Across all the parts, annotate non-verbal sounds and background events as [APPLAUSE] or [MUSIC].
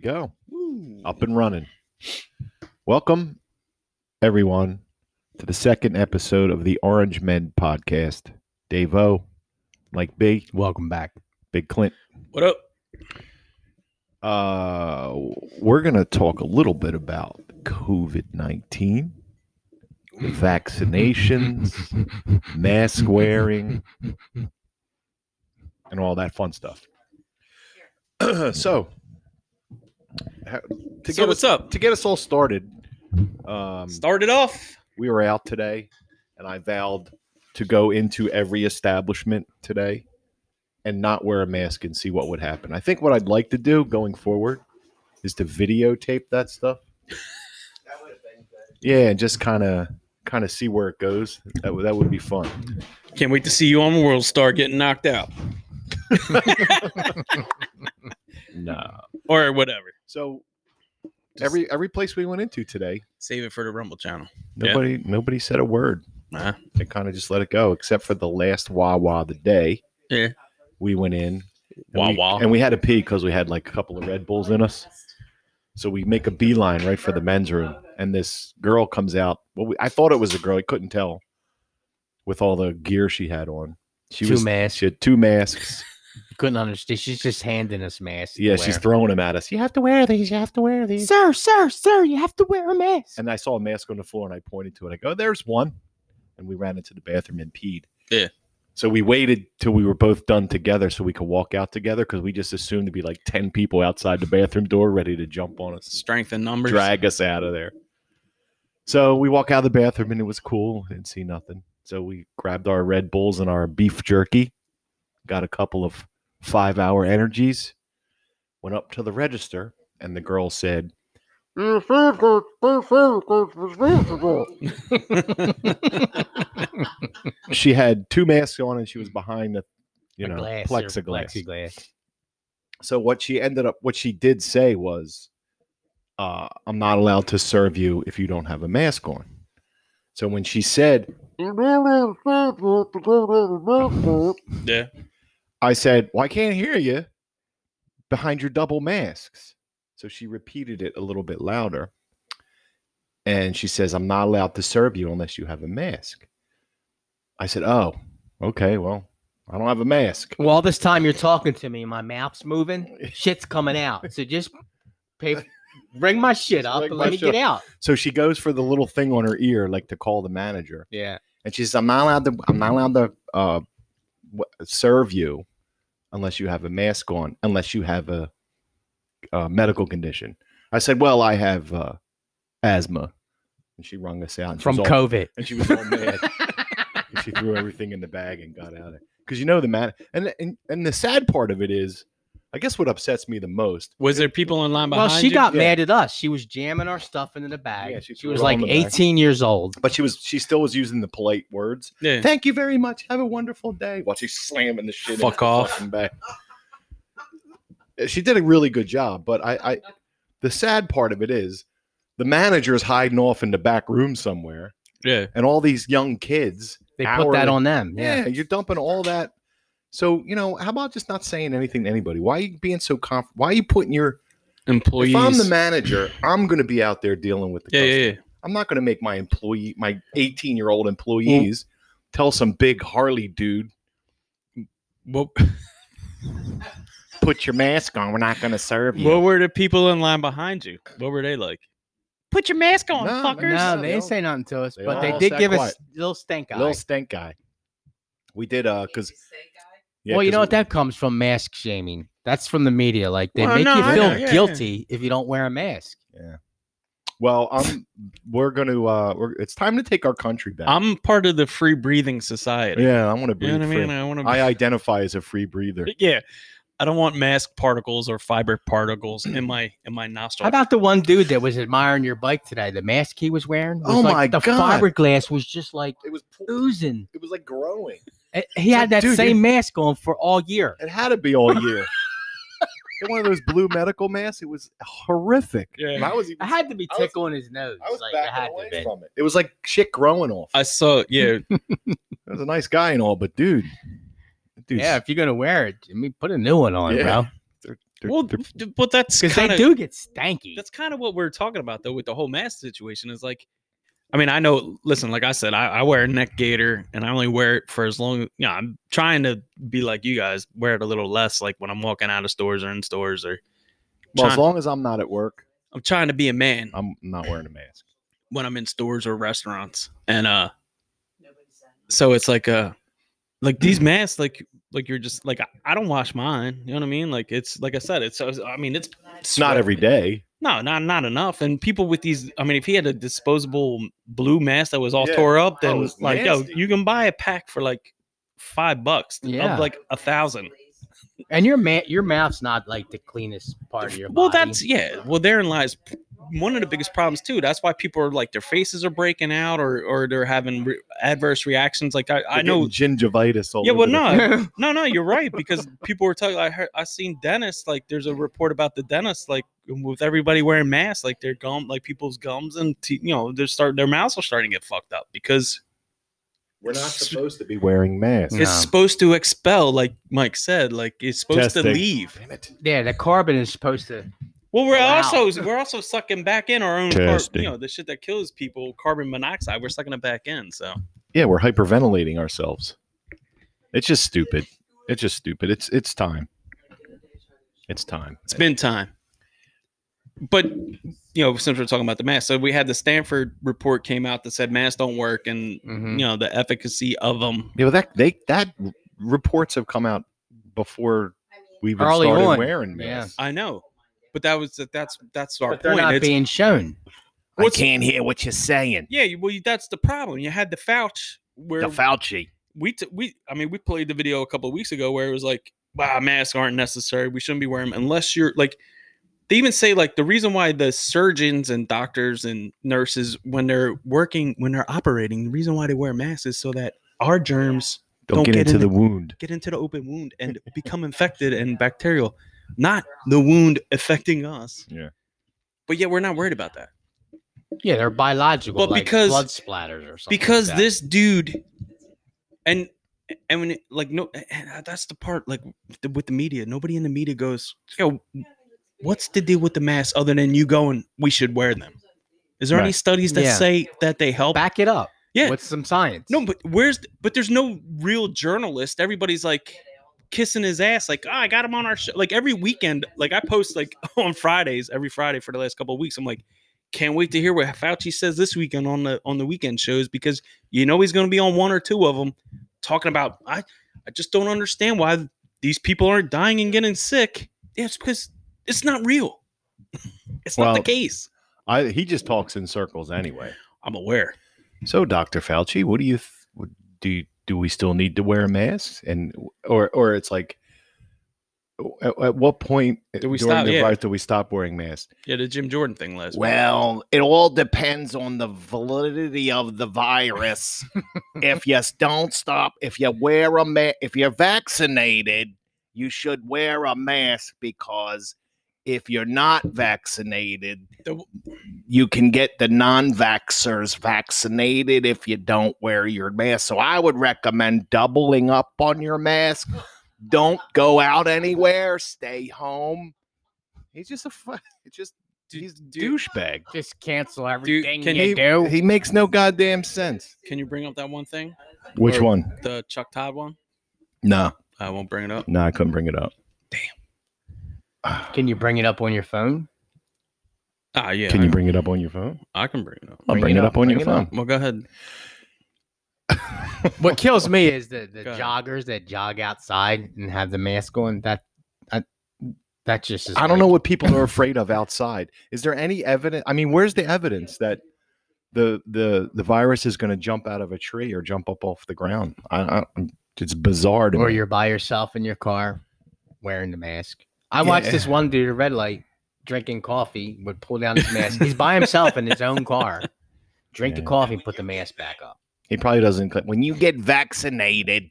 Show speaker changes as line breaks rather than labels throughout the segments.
go. Up and running. Welcome, everyone, to the second episode of the Orange Men podcast. Dave O, Mike B,
Welcome back.
Big Clint.
What up?
Uh, we're going to talk a little bit about COVID 19,
[LAUGHS]
vaccinations, mask wearing, and all that fun stuff. [CLEARS THROAT] so, ha- to
so
get us
what's up?
to get us all started, um,
Start it off.
we were out today, and I vowed to go into every establishment today and not wear a mask and see what would happen. I think what I'd like to do going forward is to videotape that stuff. Yeah, and just kind of kind of see where it goes. That would that would be fun.
Can't wait to see you on World Star getting knocked out
No.
or whatever.
So
Just
every every place we went into today,
save it for the Rumble channel. Yeah.
nobody nobody said a word.
Nah.
They kind of just let it go, except for the last Wawa of the day.
Yeah.
We went in. And we,
Wawa.
and we had to pee because we had like a couple of Red Bulls in us. So we make a beeline right for the men's room. And this girl comes out. Well, we, I thought it was a girl. I couldn't tell with all the gear she had on. She
Two
was
masks.
She had two masks.
Couldn't understand. She's just handing us masks. to
Yeah, she's
wear.
throwing them at us. You have to wear these. You have to wear these.
sir, sir, sir. You have to wear a mask.
And I saw a mask on the floor and I pointed to it. I go, there's one. And we ran into the bathroom and peed.
Yeah.
So we waited till we were both done together so we could walk out together because we just assumed to be like 10 people outside the bathroom door ready to jump on us,
Strength in numbers.
drag us out of there. So we walk out of the bathroom and it was cool. Didn't see nothing. So we grabbed our Red Bulls and our beef jerky, got a couple of five hour energies, went up to the register, and the girl said,
Your food goes, your food goes responsible.
she had two masks on and she was behind the [LAUGHS] you
Mm. A
know
glass or
plexiglass.
plexiglass.
so what she ended up what she did say was uh, i'm not allowed to serve you if you don't have a mask on so when she said
You really saved it to go to the milk boat.
Yeah.
i said well i can't hear you behind your double masks so she repeated it a little bit louder and she says i'm not allowed to serve you unless you have a mask i said oh okay well i don't have a mask
Well, all this time you're talking to me, and my mouth's moving. Shit's coming out. So just pay, bring my shit up
Bring
and
my
let me
shit
get out.
So she goes for the little thing on her ear, like to call the manager,
Yeah.
and she says, "I'm not allowed to. I'm not allowed to uh, w- serve you unless you have a mask on, unless you have a, uh medical condition." I said, "Well, I have uh, asthma," and she rung us out and she
From
was all-
COVID.
and she was all mad. and she threw everything in the bag and got out of it. Because you know the man, and, and and the sad part of it is, I guess what upsets me the most
Was there people in line
Well,
behind
she
you?
got
Yeah.
mad at us. She was jamming our stuff into the bag.
Yeah, she
she,
threw
was
it all in
like
the bag.
18 years old.
but she was she still was using the polite words.
Yeah.
Thank you very much. Have a wonderful day. While she's slamming the shit.
Fuck off.
Back. She did a really good job, but I, I the sad part of it is the manager is hiding off in the back room somewhere,
Yeah.
and all these young kids.
They
Hour
put that
and-
on them.
Yeah, you're dumping all that. So you know, how about just not saying anything to anybody? Why are you being so conf? Why are you putting your?
Employees.
If I'm the manager, I'm going to be out there dealing with the
yeah,
customer.
yeah, Mm. yeah.
I'm not going to make my employee, my 18 year old employees, tell some big Harley dude,
What,
put your mask on. We're not going to serve you.
what were the people in line behind you? What were they like? Put your mask on,
No, no,
fuckers.
Yeah, they
No, they didn't
all-
say nothing to us,
they
but
all
they
sat
did give
quiet.
us little stink eye.
Little stink guy. We did uh, cause yeah,
well, you
'cause
know what
we-
that comes from mask shaming. That's from the media. Like they
Well,
make
no,
you
I
feel
know, yeah, yeah.
guilty if you don't wear a mask.
Well, I'm. we're going to. Uh, we're, it's time to take our country back.
I'm part of the free breathing society.
yeah, I want to
You
breathe
know what I mean?
free.
I want to.
I identify as a free breather.
[LAUGHS] yeah. I don't want mask particles or fiber particles in my in my nostril.
How about the one dude that was admiring your bike today? The mask he was wearing. was
Oh
like-
my
the
God.
fiberglass was just like
It was. po-
oozing.
It was like growing.
Eh, He had that
Dude, you-
same mask on for all year.
It had to be all [LAUGHS] year. And one of those blue medical masks. It was horrific.
Yeah.
And I was. Even,
I had to be
I was-
tickling his nose.
I was
like, it had
backing
to
away
be.
from it. It was like shit growing off.
I saw,
[LAUGHS]
yeah,
That was a nice guy and all, but dude, dude,
Yeah, if you're gonna wear it, I mean, put a new one on,
Yeah.
bro.
They're-
well,
they're-
d- but that's
because
kind
they
of
do get stanky.
that's kind of what we're talking about though with the whole mask situation is like i mean i know listen like i said I, I wear a neck gaiter and i only wear it for as long you know i'm trying to be like you guys wear it a little less like when i'm walking out of stores or in stores or
well, as
trying-
long as I'm not at work,
i'm trying to be a man
Oh.
I'm not wearing a mask.
when i'm in stores or restaurants and uh so it's like uh
Mm.
like these masks like like you're just like I, I don't wash mine you know what i mean like it's like i said it's i mean it's
It's not
sweat-
every day.
No, not not enough. And people with these, I mean, if he had a disposable blue mask that was all
Yeah.
tore up,
That
then
was
like, yo,
nasty.
you can buy a pack for like five bucks
Yeah.
of like a thousand.
and your ma- your mouth's not like the cleanest part of your
Well,
body.
that's yeah. Well, therein lies p- one of the biggest problems too. That's why people are like their faces are breaking out or or they're having re- adverse reactions. Like I, I
They're
know,
getting gingivitis. All
yeah,
over
well,
the-
no, No, no, you're right because people were talking. I heard, I seen dentists like there's a report about the dentist like with everybody wearing masks, like their gum, like people's gums and te- you know they're start their mouths are starting to get fucked up because
we're not
it's-
supposed to be wearing masks.
it's
No.
supposed to expel, like Mike said, like it's supposed to
Testing.
leave.
Damn it.
[LAUGHS] yeah, the carbon is supposed to.
Well, we're
Wow.
also we're also sucking back in our own, car-
Testing.
you know, the shit that kills people, carbon monoxide. We're sucking it back in, so
Yeah, we're hyperventilating ourselves. It's just stupid. It's just stupid. It's it's time. It's time.
It's been time. But you know, since we're talking about the mask, so we had the Stanford report came out that said masks don't work, and
Mm-hmm.
Mhm.
you know the efficacy of them.
You know that they that reports have come out before we even
Early
started
on.
wearing
Yeah.
masks.
I know, but that was that's that's our
But they're
point.
not
It's-
being shown.
what's-
can't hear what you're saying.
yeah, you- well, you- that's the problem. You had the Fauci where
Fauci.
we t- we I mean we played the video a couple of weeks ago where it was like, wow, masks aren't necessary. We shouldn't be wearing them unless you're like. They even say like the reason why the surgeons and doctors and nurses when they're working when they're operating the reason why they wear masks is so that our germs
Don't,
Don't
get,
get
into
in
the wound.
get into the open wound and become infected and bacterial, not the wound affecting us.
Yeah.
But yet we're not worried about that.
Yeah, they're biological,
But
like
because-
blood splatters or something.
because
like that.
this dude and and when it, like no and uh, that's the part like the, with the media nobody in the media goes yo what's the deal with the mask other than you going we should wear them is there any
Right.
studies that
Yeah.
say that they help
back it up.
Yeah.
with some science.
no but where's th- but there's no real journalist everybody's like kissing his ass like oh, i got him on our show like every weekend like i post like [LAUGHS] on fridays every friday for the last couple of weeks i'm like can't wait to hear what fauci says this weekend on the on the weekend shows because you know he's going to be on one or two of them talking about i i just don't understand why these people aren't dying and getting sick yeah, it's because it's not real [LAUGHS] it's not the
Well-
case
I, he just talks in circles anyway.
i'm aware
So, Doctor Fauci, what do you th- what- do? You, do we still need to wear masks? And or or it's like, at, at what point
Do we
during
stop?
the
Yeah.
virus do we stop wearing masks?
yeah the jim jordan thing last week.
Well, it all depends on the validity of the
[LAUGHS]
virus. if you s- don't stop, if you wear a ma- if you're vaccinated, you should wear a mask because if you're not vaccinated,
The w-
you can get the non-vaxxers vaccinated if you don't wear your mask. So I would recommend doubling up on your
[LAUGHS]
mask. Don't go out anywhere. Stay home.
He's just
[LAUGHS]
a fu- it's just
Do-
he's a
do-
douchebag.
just cancel everything
can
you
He,
do.
he makes no goddamn sense.
can you bring up that one thing
Which
Or-
one?
the chuck todd one
No,
i won't bring it up
no, I couldn't bring it up.
Can you bring it up on your phone?
Ah, yeah.
Can
I,
you bring it up on your phone?
I can bring it up.
I'll bring, it up, on your
bring it up.
phone.
Well, go ahead.
What kills me is the, the
Go ahead.
joggers that jog outside and have the mask on. That I, that just is
I don't know what people are afraid of outside. Is there any evidence? I mean, where's the evidence that the the the virus is going to jump out of a tree or jump up off the ground? I, I it's bizarre to
Or
me.
you're by yourself in your car wearing the mask. I
Yeah.
watched this one dude at a red light drinking coffee, would pull down his mask. He's by himself in his own car. Drink
Yeah.
the coffee and put the mask back up.
He probably doesn't. cl- When
when
you
you get vaccinated,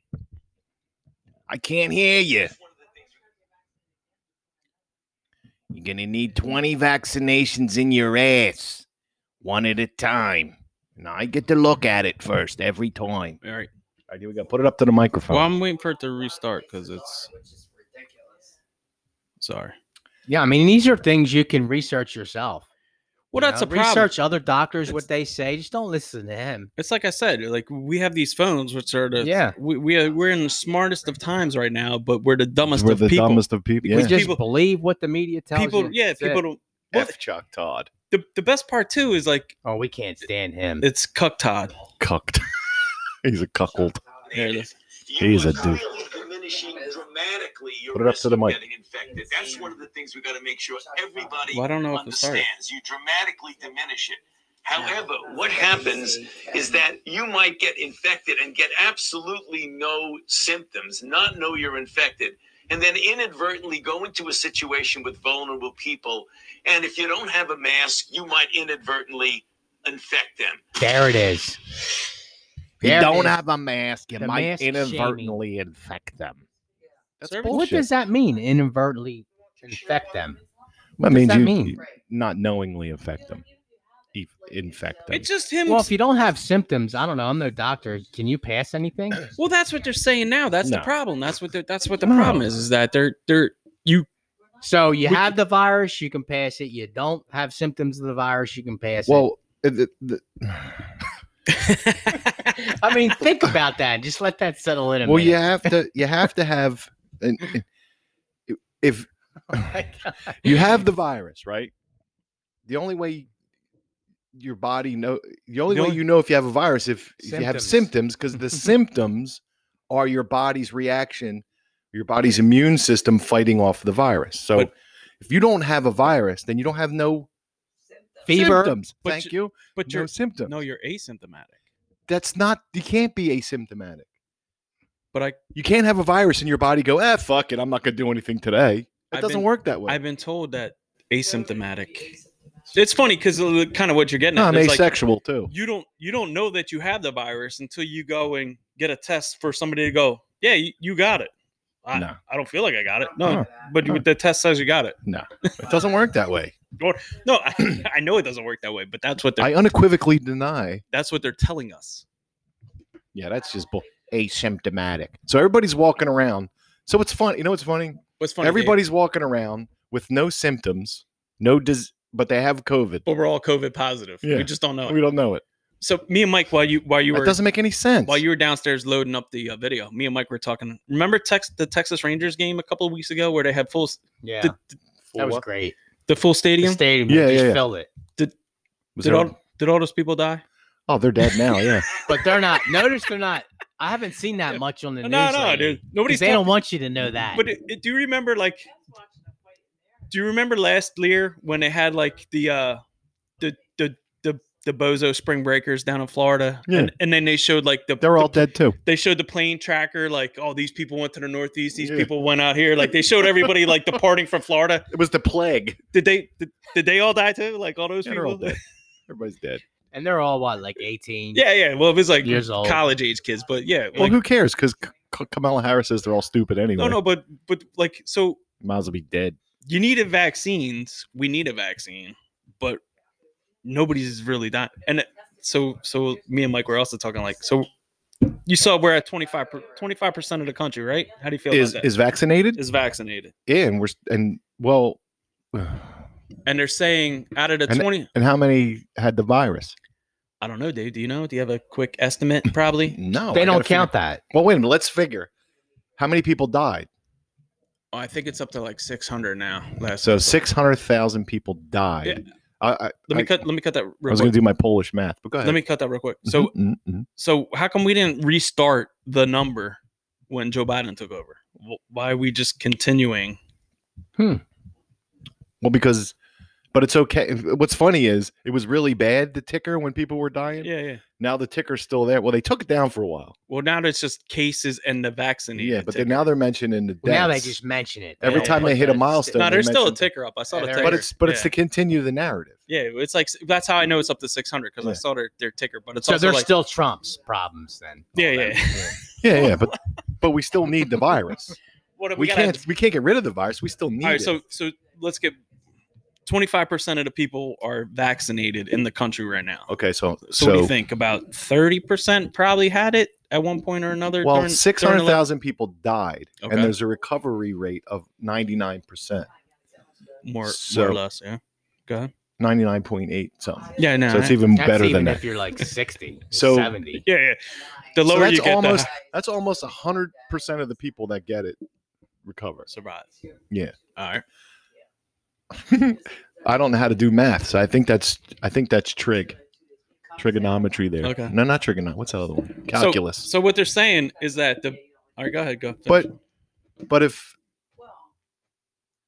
I can't hear you. You're going to need 20 vaccinations in your ass, one at a time. And I get to look at it first every time.
All right.
All right, here we go. Put it up Oh. to the microphone.
Well, I'm waiting for it to restart because it's. Sorry.
Yeah, I mean, these are things you can research yourself.
Well,
you
that's
know?
a problem.
Research other doctors what they say. Just don't listen to him.
It's like I said, like we have these phones, which are the
Yeah.
we, we are, we're in the smartest of times right now, but we're the dumbest
We're
of
the
people.
dumbest of people.
We
Yeah.
We just
People-
believe what the media tells
people,
you.
yeah,
That's it.
people don't. well,
F Chuck Todd.
The, the best part too is like
Oh, we can't stand him.
it's cuck Todd.
Cucked. He's a cuckold.
There it is.
He's a dude.
Diminishing dramatically your
Put it up
risk
to the
of
mic.
getting infected. That's one of the things we got to make sure everybody
Well, I don't know if it started.
understands. You dramatically diminish it. However, what happens is that you might get infected and get absolutely no symptoms, not know you're infected, and then inadvertently go into a situation with vulnerable people. And if you don't have a mask, you might inadvertently infect them.
there it is.
If you
There it
don't
is.
have a mask, you
The
might
mask shaming.
inadvertently infect them.
That's
Service-
What
bullshit.
does that mean? Inadvertently infect them.
What
does
means
that
you
mean?
you not knowingly affect them? If- Infect them.
It's just him.
Well,
Well,
if you don't have symptoms, I don't know. I'm no doctor. Can you pass anything?
that's what they're saying now. That's the
No.
problem. That's what they're, that's what the
No.
problem is. Is that they're they're you
So you
We-
have the virus, you can pass it. You don't have symptoms of the virus, you can pass it.
well, the, [SIGHS] the,
[LAUGHS]
[LAUGHS]
I mean, think about that. Just let that settle in a
well, you
minute.
have to you have to have an, if
Well, yeah.
you have the virus, right? The only way your body know the only
The
way
only-
you know if you have a virus if, if you have
Symptoms.
symptoms because [LAUGHS] the symptoms are your body's reaction, your body's immune system fighting off the virus. So
But-
if you don't have a virus, then you don't have no
[LAUGHS] Fever.
symptoms.
But
Thank you.
but
no
you're
symptoms.
no you're asymptomatic.
That's not you can't be asymptomatic.
But I
You can't have a virus in your body go, ah, fuck it, I'm not gonna do anything today. It
I've
doesn't
been-
work that way.
I've been told that asymptomatic. It's funny because kind of what you're getting.
no,
at.
I'm
There's, like,
asexual too.
you don't you don't know that you have the virus until you go and get a test for somebody to go, yeah, you, you got it. I, [LAUGHS]
No.
I don't feel like I got it. No,
No,
but
no.
the test says you got it.
It doesn't work that way.
No, I,
[CLEARS THROAT]
I know it doesn't work that way, but that's what they're
I unequivocally deny.
that's what they're telling us.
Yeah, that's just bull. Asymptomatic. So everybody's walking around. So it's fun. You know what's funny?
What's funny? Dave,
Everybody's walking around with no symptoms, no dis, but they have COVID.
but we're all COVID positive.
Yeah.
We just don't know.
We
it.
don't know it.
So me and Mike, while you while you
It
were
doesn't make any sense. [LAUGHS]
while you were downstairs loading up the uh, video, me and Mike were talking. Remember Tex the Texas Rangers game a couple of weeks ago where they had full s-
That
For
was
what?
great.
the full
The
stadium?
stadium
Yeah,
just
yeah, yeah.
filled it.
Was
did
there-
all did all those people die?
oh, they're dead now. Yeah.
But they're not. Notice they're not. I haven't seen that much on the
No,
news.
no,
lately,
dude.
'cause
Nobody's
They
talking-
don't want you to know that.
But it, it- do you remember like? Do you remember last year when they had like the uh, the the the the bozo spring breakers down in Florida?
Yeah.
And, and then they showed like the
They're all
the-
dead too.
they showed the plane tracker like oh these people went to the Northeast, these
Yeah.
people went out here. Like they showed everybody like departing from Florida.
[LAUGHS] It was the plague.
Did they did, did they all die too? Like all those
Yeah, they're all [LAUGHS]
people?
dead. Everybody's dead.
and they're all what, like 18?
yeah, yeah. Well, if it's like
Years old.
college age kids, but yeah.
Well,
Like,
who cares? Because Kamala Harris says they're all stupid anyway.
no, no, but but like so
Might as well be dead.
you needed vaccines. We need a vaccine, but nobody's really done. And it- so, so me and Mike were also talking like, so you saw we're at 25, 25 percent of the country, right? How do you feel
Is
about that?
is vaccinated?
Is vaccinated,
yeah, and we're s- and well,
and they're saying out of the
And-
twenty,
and how many had the virus?
I don't know, Dave. Do you know? Do you have a quick estimate? Probably.
[LAUGHS] No, Oh, I
They
gotta
don't
figure-
count that.
Well, wait a minute. Let's figure how many people died.
Oh, I think it's up to like six hundred now. Last
So
I saw.
six hundred thousand people died.
Yeah.
I, I,
Let me
I-
cut. Let me cut that.
I
Real
was
quick.
going to do my Polish math, but go ahead.
Let me cut that real quick. So,
Mhm, mhm, mhm.
so how come we didn't restart the number when Joe Biden took over? Wh- Why are we just continuing?
well, because, but it's okay. What's funny is it was really bad the ticker when people were dying.
Yeah, yeah.
Now the ticker's still there. Well, they took it down for a while.
Well, now it's just cases and the vaccinated.
yeah, but
ticker.
then now they're mentioning the deaths.
Well, now they just mention it.
Every
don't
time
put
they hit a
the-
milestone-
no,
they
there's still a
mentioned-
ticker up. I saw the
Yeah,
ticker.
they're-
But it's but
yeah.
it's to continue the narrative.
yeah, it's like that's how I know it's up to 600 because I
Yeah.
saw their, their ticker. But it's
So
also
there's
like
still Trump's problems then.
yeah,
All
yeah.
them.
Yeah, yeah,
[LAUGHS]
but but we still need the virus.
What if
we
gotta-
can't we can't get rid of the virus. We still need
All right,
it.
so so let's get 25 percent of the people are vaccinated in the country right now.
okay, so
So, what do you think? About 30 percent probably had it at one point or another.
Well,
during- during
six hundred thousand people died,
Okay.
and there's a recovery rate of ninety nine percent.
the- more, more
So-
or less. Yeah. Go ahead.
99.8 something.
Yeah. No.
So it's
I-
even
That's
better
even
than
if
that.
you're like 60,
So-
70.
yeah. Yeah. The
So
lower
that's
you get,
almost
the
that's almost 100% of the people that get it recover.
survive.
Yeah.
All right.
I don't know how to do math, so I think that's I think that's trig. Trigonometry there.
Okay.
No, not trigonometry. What's the other one? Calculus.
So what they're saying is that the. All right. Go ahead. Go.
but but if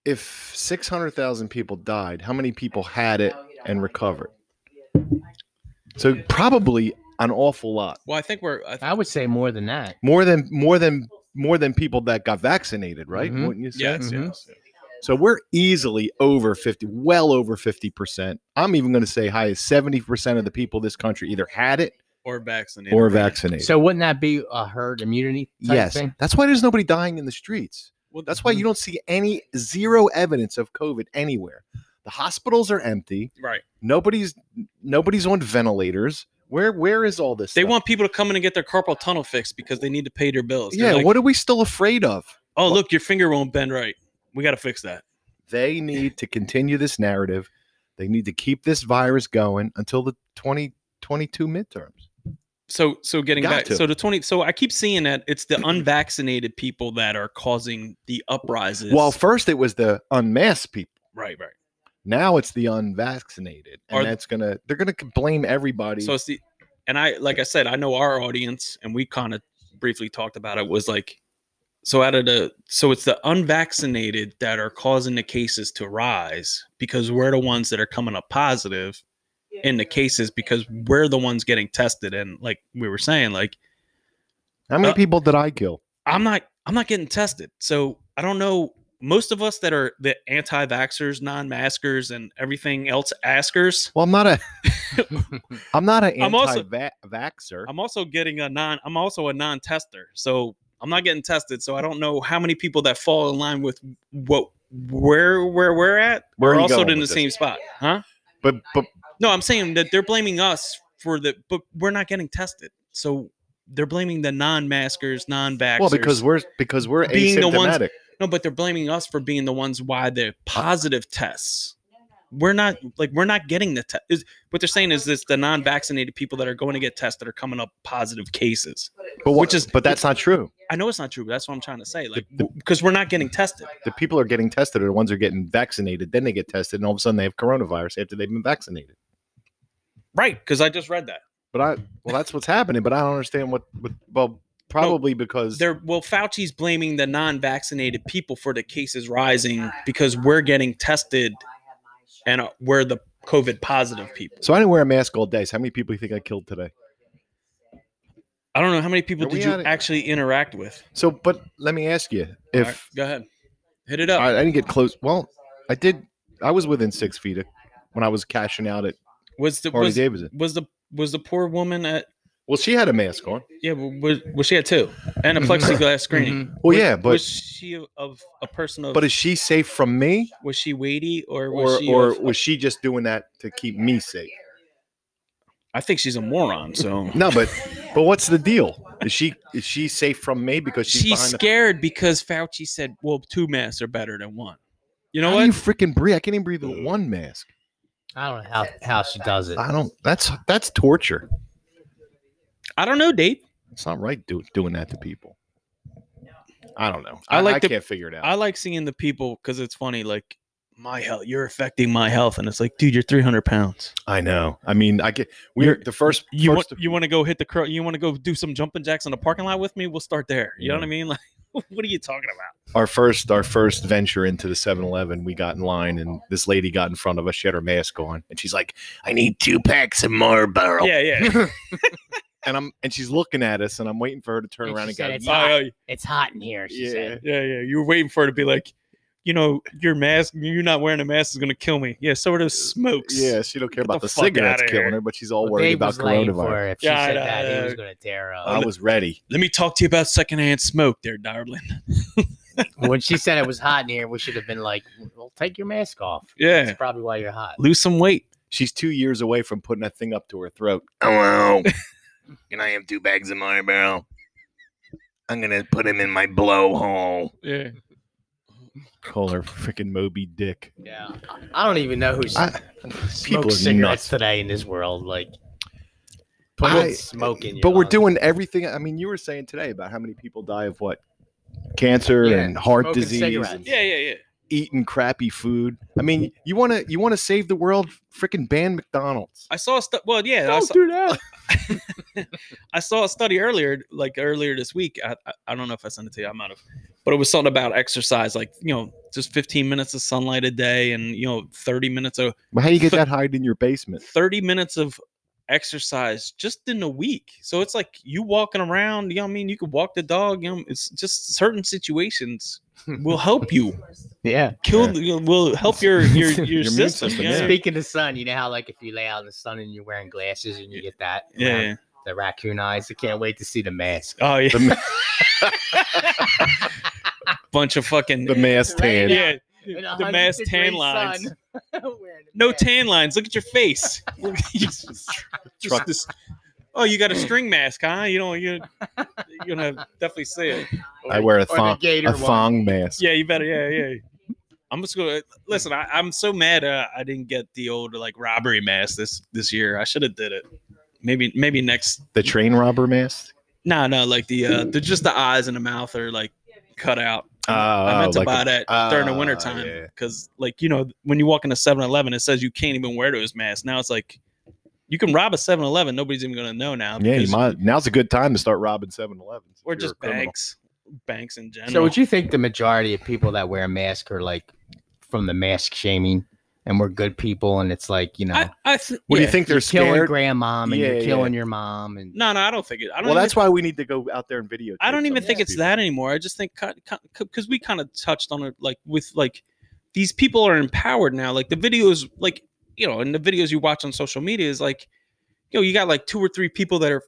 if 600,000 people died, how many people had it and recovered? So probably an awful lot.
well, I think we're. I th-
I would say more than that.
More than more than more than people that got vaccinated, right?
Mhm.
Wouldn't you say?
Mm-hmm.
Mm-hmm.
yes.
Mhm.
Yes.
So we're easily over 50, well over 50%. I'm even going to say high as 70% of the people in this country either had it
Or vaccinated.
or
right?
vaccinated.
So wouldn't that be a herd immunity type
yes.
thing? Mm-hmm.
That's why there's nobody dying in the streets.
Well,
That's why you don't see any zero evidence of COVID anywhere. The hospitals are empty.
Right.
Nobody's nobody's on ventilators. Where where is all this?
They
stuff?
want people to come in and get their carpal tunnel fixed because they need to pay their bills. They're
Yeah,
like,
what are we still afraid of?
Oh, look, your finger won't bend right. We got to fix that.
They need to continue this narrative. They need to keep this virus going until the 2022 midterms.
So, so getting
Got
back,
to.
so the twenty, so I keep seeing that it's the unvaccinated people that are causing the uprises.
Well, first it was the unmasked people.
right, right.
Now it's the unvaccinated, and
Are-
that's gonna they're gonna blame everybody.
So it's the, and I, like I said, I know our audience, and we kind of briefly talked about it. Was like, so out of the, so it's the unvaccinated that are causing the cases to rise because we're the ones that are coming up positive in the cases because we're the ones getting tested, and like we were saying, like
How many
uh,
people did I kill?
I'm not I'm not getting tested. So I don't know most of us that are the anti-vaxxers, non-maskers, and everything else askers.
Well, I'm not a I'm not an
I'm also-
anti-vaxer.
I'm also getting a non I'm also a non-tester. So I'm not getting tested. So I don't know how many people that fall in line with what where where we're at.
Where are
we're
you
also
going
in the
with this?
same spot. Huh?
But but
No, I'm saying that they're blaming us for the but we're not getting tested. So they're blaming the non-maskers, non-vaxxers.
well, because we're because we're
Being the ones-
asymptomatic.
No, but they're blaming us for being the ones why the positive tests. We're not like we're not getting the test. What they're saying is this: the non-vaccinated people that are going to get tested are coming up positive cases.
but what,
which is-
but that's not true.
I know it's not true. But that's what I'm trying to say. Like because we're not getting tested.
The people are getting tested are the ones who are getting vaccinated. Then they get tested, and all of a sudden they have coronavirus after they've been vaccinated.
Right? Because I just read that.
But I well, that's what's happening. But I don't understand what. what well, probably because
They're well, Fauci's blaming the non-vaccinated people for the cases rising because we're getting tested and uh, we're the COVID positive people.
So I didn't wear a mask all day. So how many people do you think I killed today?
I don't know how many people
Are we
did you
at it?
actually interact with.
So, but let me ask you,
All
if
right, go ahead, hit it up.
I, I didn't get close, well, I did. I was within six feet of, when I was cashing out at
Was the
Harley
was,
Davidson.
was the was the poor woman at
Well, she had a mask on.
yeah w- was, was she at two and a
Mhm.
plexiglass screening?
Mhm.
Well,
Was-
yeah, Mm-hmm. but
was she of a person of?
but is she safe from me,
was she weighty or was
or
she?
or
of-
was she just doing that to keep me safe?
I think she's a moron. So
No, but but what's the deal? Is she is she safe from me because she's,
she's,
behind the?
scared because Fauci said, "Well, two masks are better than one." You know
How
what?
do you freaking breathe? I can't even breathe with one mask.
I don't know how, how she does it.
I don't. That's that's torture.
I don't know, Dave.
It's not right do, doing that to people. I don't know.
I
I,
like
I
to-
can't figure it out.
I like seeing the people because it's funny. Like my health, you're affecting my health, and it's like, dude, you're 300 pounds.
I know. I mean, I get. We're
You're-
the first.
You want
first
you want to go hit the curl? You want to go do some jumping jacks in the parking lot with me? We'll start there. You know what I mean? [LAUGHS] Like, what are you talking about?
our first our first venture into the 7-Eleven, we got in line and this lady got in front of us. She had her mask on, and she's like, "I need two packs of Marlboro."
Yeah,
[LAUGHS]
yeah.
And I'm and she's looking at us, and I'm waiting for her to turn
And she
around and
said
go.
it's
"Nah."
hot.
Oh, yeah,
It's hot in here, she
Yeah.
said.
yeah, yeah. You were waiting for her to be like, you know, your mask, you not wearing a mask is gonna kill me. Yeah, so are those smokes.
Uh, Yeah, she don't care
Get
about
the
the,
fuck outta
cigarettes
here.
killing her, but she's all
Well,
worried
Dave
about
was laying for
coronavirus.
her. If she
Yeah, I
said
know,
that,
I
he was
know.
going to tear
I
up.
was ready.
Let me talk to you about secondhand smoke, there, darling.
when she said it was hot in here, we should have been like, well, take your mask off.
Yeah,
That's probably why you're hot.
lose some weight.
She's two years away from putting that thing up to her throat.
Hello. Can Oh, I have two bags of Marlboro? I'm gonna put him in my blowhole.
Yeah.
Call her freaking Moby Dick.
Yeah. I don't even know who's
I- people are
smokes cigarettes
nuts.
today in this world. Like, put
I-
smoking.
But we're doing everything. I mean, you were saying today about how many people die of what? Cancer
Yeah,
and heart
smoking
disease
cigarettes.
and
Yeah, yeah, yeah.
eating crappy food. I mean, you want to you want to save the world, freaking ban McDonald's.
I saw stuff. Well, yeah, I saw,
do that.
[LAUGHS] I saw a study earlier, like earlier this week. I, I, I don't know if I sent it to you. I might have, but it was something about exercise, like you know, just 15 minutes of sunlight a day, and you know, 30 minutes of
Well, how you get
[LAUGHS]
that hide in your basement?
30 minutes of exercise just in a week. So it's like you walking around. You know, what I mean, you could walk the dog. You know, it's just
[LAUGHS]
certain situations will help you
Yeah.
kill. the- You know, will help your your
[LAUGHS]
your,
Your immune
system.
system,
you know?
yeah.
Speaking of sun, you know how like if you lay out in the sun and you're wearing glasses and you get that
Yeah.
around the raccoon eyes. I can't wait to see the mask.
Oh yeah.
The ma-
[LAUGHS] Bunch of fucking
The mass tan.
yeah.
In a
The mass
100
tan
degree
lines.
sun, [LAUGHS] wearing a
No
mask.
tan lines. Look at your
[LAUGHS]
face. Look- just-
Truck-
just- oh, you got a string mask, huh? You don't. You you're gonna definitely see it.
I wear a
Or the
thong,
gator
a
one.
thong mask.
Yeah, you better. Yeah, yeah. I'm just gonna listen. I, I'm so mad. Uh, I didn't get the old like robbery mask this this year. I should have did it. Maybe maybe next.
The train robber mask.
No, no. Like the uh, the just the eyes and the mouth are like cut out. I
Uh,
meant to
like
buy
a-
that during the
ah,
winter time
yeah.
because, like, you know, when you walk into 7 Eleven, it says you can't even wear those masks. Now it's like you can rob a 7 Eleven. Nobody's even going to know now.
yeah, you
because-
might. Now's a good time to start robbing 7-Elevens. if
Or
you're
just
a criminal.
banks, banks in general.
So would you think the majority of people that wear a mask are like from the mask shaming, and we're good people, and it's like you know,
I, I th-
What do
yeah.
you think they're
you're killing
scared?
grandmom and
Yeah,
you're
yeah.
killing your mom and
No, no, I don't think it. I don't
Well,
even-
that's why we need to go out there and video.
I don't even think it's that anymore. I just think because we kind of touched on it, like with like these people are empowered now. Like the videos, like you know, and the videos you watch on social media is like, you know, you got like two or three people that are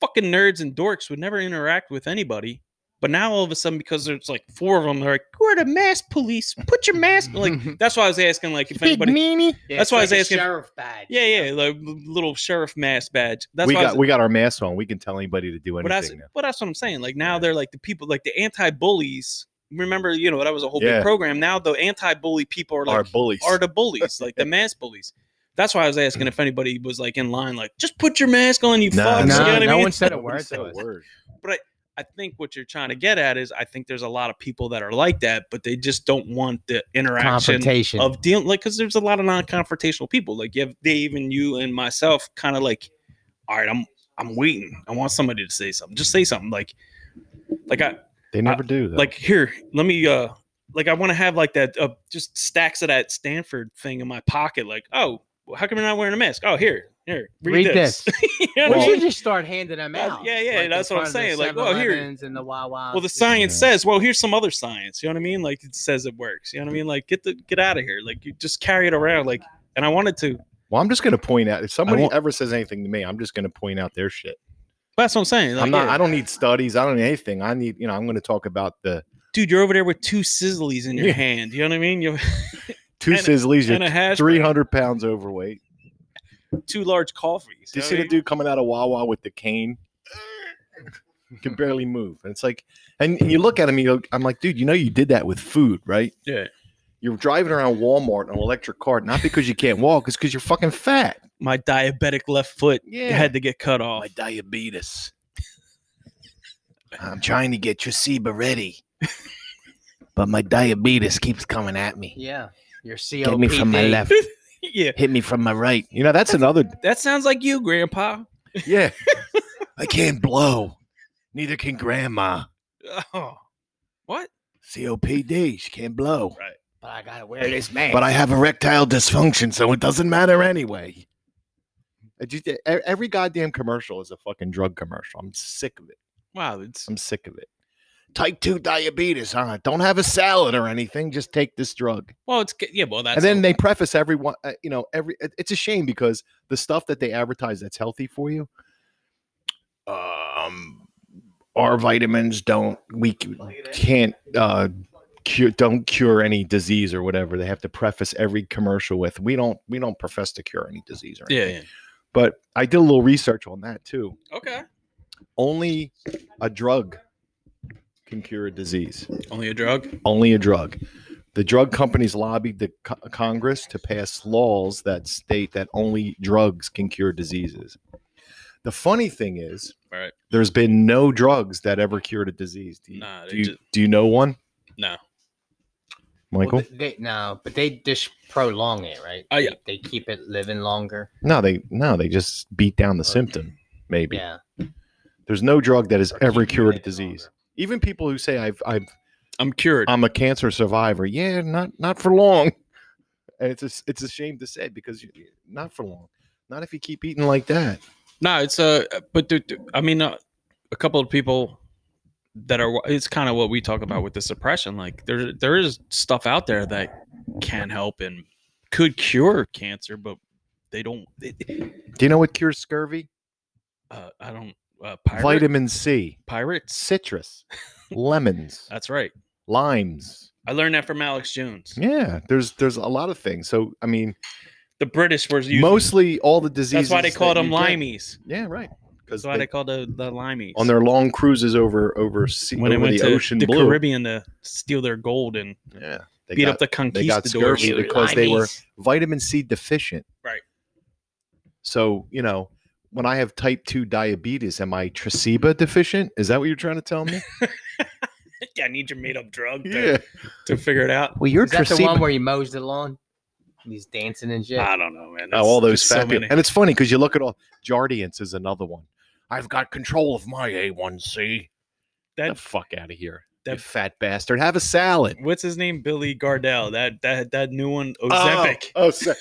fucking nerds and dorks would never interact with anybody, but now all of a sudden because there's like four of them, they're like, we're the mask police. Put your mask.
[LAUGHS]
[LAUGHS]
like that's why I was asking, like if anybody.
Yeah,
That's
it's
why I was
a
asking-
Sheriff badge.
yeah, yeah, like little sheriff mask badge. That's
we
why I was-
got we got our masks on. We can tell anybody to do
but that's
anything. now.
but that's what I'm saying. Like now they're like the people like the anti-bullies. Remember, you know that was a whole
Yeah.
big program. Now the anti-bully people are
Our
like
bullies.
are the bullies, like
[LAUGHS]
the mass bullies. That's why I was asking if anybody was like in line, like just put your mask on, you
Nah,
fucks.
nah,
you know what I
no
mean? [LAUGHS]
one said a
Nobody
word
said
to
a
us.
word.
I think what you're trying to
Mm.
get at is I think there's a lot of people that are like that, but they just don't want the interaction
confrontation.
of dealing like because there's a lot of non-confrontational people like you have dave and you and myself kind of like all right i'm i'm waiting i want somebody to say something just say something like like i
They never do. Though.
like here let me uh like i want to have like that uh, just stacks of that stanford thing in my pocket like oh well, how come you're not wearing a mask oh here here read,
Read
this, [LAUGHS] You know what I
Well,
Well-
you
mean?
just start handing them
That's-
out.
yeah, yeah,
in
that's what I'm
front of the
saying, like, well, here-
7-Elevens and the Wawa.
well the science
Yeah.
says well here's some other science you know what i mean like it says it works you know what i mean like get the get out of here like you just carry it around like and i wanted to
well, I'm just going to point out if somebody
won't-
ever says anything to me, I'm just going to point out their shit.
that's what i'm saying like,
I'm not.
yeah.
I don't need studies. I don't need anything. I need. You know, I'm going to talk about the
dude, you're over there with two sizzlies in your
Yeah.
hand. You know what I mean? You
two
And a-
sizzlies.
and
[LAUGHS]
a
You're
hash, brown,
300 pounds overweight.
two large coffees.
Do you
know
see
what
the
I mean?
dude coming out of Wawa with the cane? [LAUGHS] Can barely move, and it's like, and you look at him. You, go, I'm like, dude, you know, you did that with food, right?
Yeah.
You're driving around Walmart on an electric car, not because you can't walk, it's because you're fucking fat.
my diabetic left foot
Yeah.
had to get cut off.
My diabetes. I'm trying to get Traceba ready, but my diabetes keeps coming at me.
Yeah, your COPD.
Hit me from my left.
[LAUGHS] yeah,
Hit me from my right.
You know, that's another.
that sounds like you, Grandpa. [LAUGHS]
Yeah.
I can't blow. Neither can Grandma.
Oh, what?
COPD. She can't blow.
But I gotta wear this mask.
But I have erectile dysfunction, so it doesn't matter anyway.
It just- e- Every goddamn commercial is a fucking drug commercial. I'm sick of it.
Wow, it's
I'm sick of it.
Type 2 diabetes, huh? Don't have a salad or anything. Just take this drug.
well, it's yeah, well, that's
and then they preface every one, uh, you know, every. it- It's a shame because the stuff that they advertise that's healthy for you,
Um, our vitamins don't, we c-
can't uh cure don't cure any disease or whatever they have to preface every commercial with we don't we don't profess to cure any disease or
yeah,
[LAUGHS] anything. but i did a little research on that too
yeah. okay,
only a drug can cure a disease.
Only a drug.
Only a drug. The drug companies lobbied the co- Congress to pass laws that state that only drugs can cure diseases. The funny thing is,
All right.
there's been no drugs that ever cured a disease. Do you,
Nah, they
do, you,
ju-
do you know one,
No.
Well,
Michael?
they, they- no, but they just prolong it, right?
Oh, yeah.
They, they keep it living longer.
no, they no, they just beat down the
Uh,
symptom. Maybe
Yeah.
there's no drug that has
or
ever
keep you
cured a
living
disease.
longer.
Even people who say I've I've
I'm cured.
I'm a cancer survivor. Yeah, not not for long. And it's a, s- it's a shame to say because you, not for long. Not if you keep eating like that.
No, it's uh, but th- th- I mean, uh, a couple of people that are. It's kind of what we talk about with the suppression. Like there, there is stuff out there that can help and could cure cancer, but they don't. It,
Do you know what cures scurvy?
uh, I don't. Uh, pirate,
Vitamin C,
Pirates. [LAUGHS]
citrus, lemons,
That's right.
limes.
I learned that from Alex Jones.
Yeah, there's there's a lot of things. So I mean,
The British were using.
mostly all the diseases.
that's why they called
that
them
you get-
limeys.
Yeah, right. Because
That's why they, called the, the limeys.
on their long cruises over over sea,
when they
over
went
the
to
ocean
the
blue.
Caribbean to steal their gold and
Yeah, they
beat
got,
up the
they got
conquistadors.
scurvy because they were
Limeys.
vitamin C deficient.
Right.
So, you know, when I have type 2 diabetes, am I Traceba deficient? Is that what you're trying to tell
[LAUGHS]
me?
I need your made up drug to, to figure it out.
Well, you're
Is that the one
Traceba.
where he mows the lawn? He's dancing and shit.
I don't know, man.
Oh,
It's-
all those
it's so
fat people.
many.
And it's funny because you look at all Jardiance is another one.
I've got control of my A1C.
Get the
That
fuck out of here. you
that-
fat bastard. Have a salad.
what's his name? Billy Gardell. That that that new one,
Oh,
Ozempic.
Oh, sa-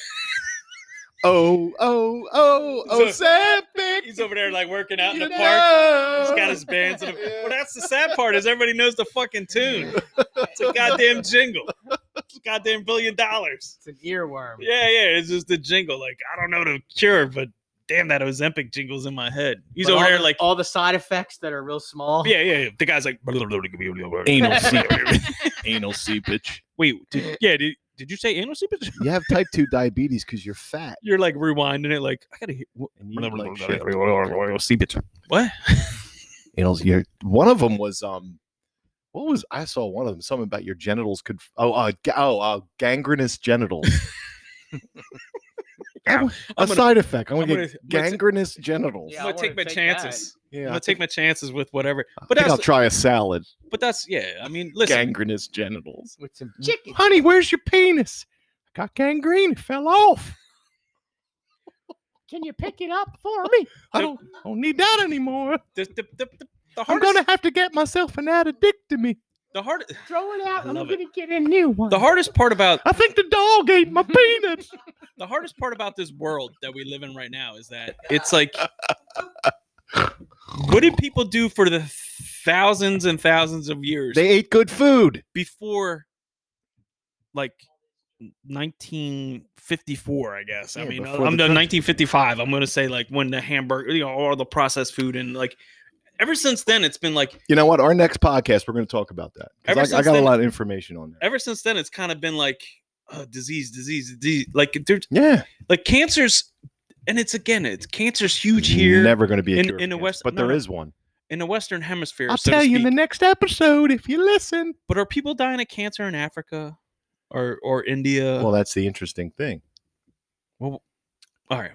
[LAUGHS] oh, oh, oh,
[LAUGHS]
oh, Ozempic.
He's over there like working out in
You
the park. He's
know.
got his bands. In the,
Yeah.
Well, that's the sad part is everybody knows the fucking tune. It's a goddamn jingle. It's a goddamn billion dollars.
It's an earworm.
Yeah, yeah. It's just the jingle. Like I don't know the cure, but damn that Ozempic jingles in my head. He's
But
over
all
there
the-
like,
all the side effects that are real small.
yeah, yeah, yeah. The guy's
[LAUGHS]
like, [LAUGHS]
Anal seepage. Anal seepage.
wait, did, yeah, did, did you say anal seepage?
You have type 2 diabetes because you're fat.
You're like rewinding it. Like I gotta hear. wh-
And you eat like shit.
What? [LAUGHS]
you know, your one of them was um, what was I saw one of them something about your genitals could oh uh, ga- oh uh, gangrenous
[LAUGHS]
genitals.
I'm
a
gonna-
side effect. I'm
I'm
gonna,
gonna-
get
let's-
gangrenous genitals.
Yeah,
I'm
I
gonna take
wanna
my
take that.
chances.
Yeah,
I'm
I
gonna take my chances with whatever.
but
But
think I'll
that's
try a salad.
but that's yeah. I mean, listen,
Gangrenous genitals.
With some chicken.
Honey, where's your penis? I got gangrene. It fell off.
Can you pick it up for me?
I
No.
don't, I don't need that anymore.
the the the, the, the
I'm
hardest
gonna have to get myself an addictomy.
the hard
Throw it out.
I
I'm
love
going to get a new one.
the hardest part about
I think the dog ate my peanuts.
the hardest part about this world that we live in right now is that it's like
[LAUGHS]
what did people do for the thousands and thousands of years
[LAUGHS] They ate good food.
before like 1954 i guess i
Yeah,
mean uh, i'm
before the
the
country-
1955 i'm gonna say like when the hamburger you know all the processed food and like ever since then it's been like
You know what? Our next podcast, we're going to talk about that. 'cause
Ever
I, I
since
got a
then-
lot of information on that.
ever since then it's kind of been like uh, disease disease disease like dude
Yeah,
like cancer's and it's again it's cancer's huge here
never going to be a
in-
cure
in
for
the
cancer,
West-
but
no,
there
no.
is one.
in the western hemisphere
I'll
so to
tell you in the
speak.
next episode if you listen.
but are people dying of cancer in africa or or india
Well, that's the interesting thing.
all right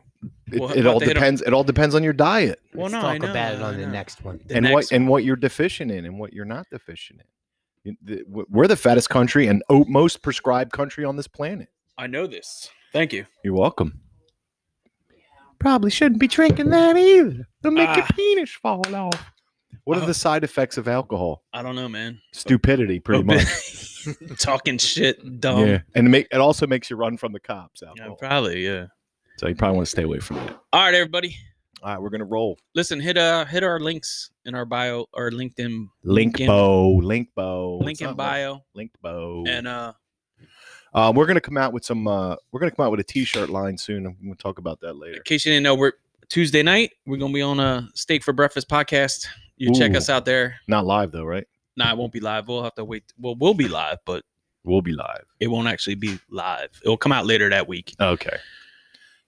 It,
Well,
it
but
all
they don't-
depends. It all depends on your diet
well
Let's
no
talk
I know,
about it on
I
the
know.
next one.
The
and what
next
and what you're deficient in and what you're not deficient in. You- the- w- We're the fattest country and o- most prescribed country on this planet.
i know this thank you
You're welcome. Probably shouldn't be drinking that either. They'll make your
Ah.
penis fall off. What are
Oh.
the side effects of alcohol?
i don't know man
Stupidity, pretty
[LAUGHS] Oh,
much.
bit- talking shit, dumb.
yeah, and it, make, it also makes you run from the cops.
um, Yeah,
Alcohol.
probably. Yeah.
so you probably want to stay away from that.
All right, everybody.
All right, we're gonna roll.
Listen, hit uh hit our links in our bio or LinkedIn
Link
LinkedIn-
bow, link bow, It's
LinkedIn
not
bio,
link bow.
and uh
uh, we're gonna come out with some. Uh, we're gonna come out with a t-shirt line soon. I'm gonna talk about that
in
later.
case you didn't know, we're Tuesday night. We're gonna be on a Steak for Breakfast podcast. You check
Ooh.
us out there.
Not live though, right?
Nah, it won't be live. We'll have to wait. Well, we'll be live, but
We'll be live.
it won't actually be live. It'll come out later that week.
Okay.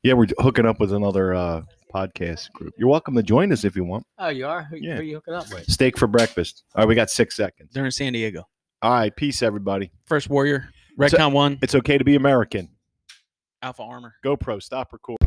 Yeah, we're hooking up with another uh, podcast group. You're welcome to join us if you want.
Oh, you are? Who, who
Yeah.
are you hooking up with?
Steak for breakfast. All right, we got six seconds.
They're in San Diego.
All right, peace, everybody.
First Warrior, Redcon One,
It's okay to be American.
Alpha Armor.
GoPro, stop recording.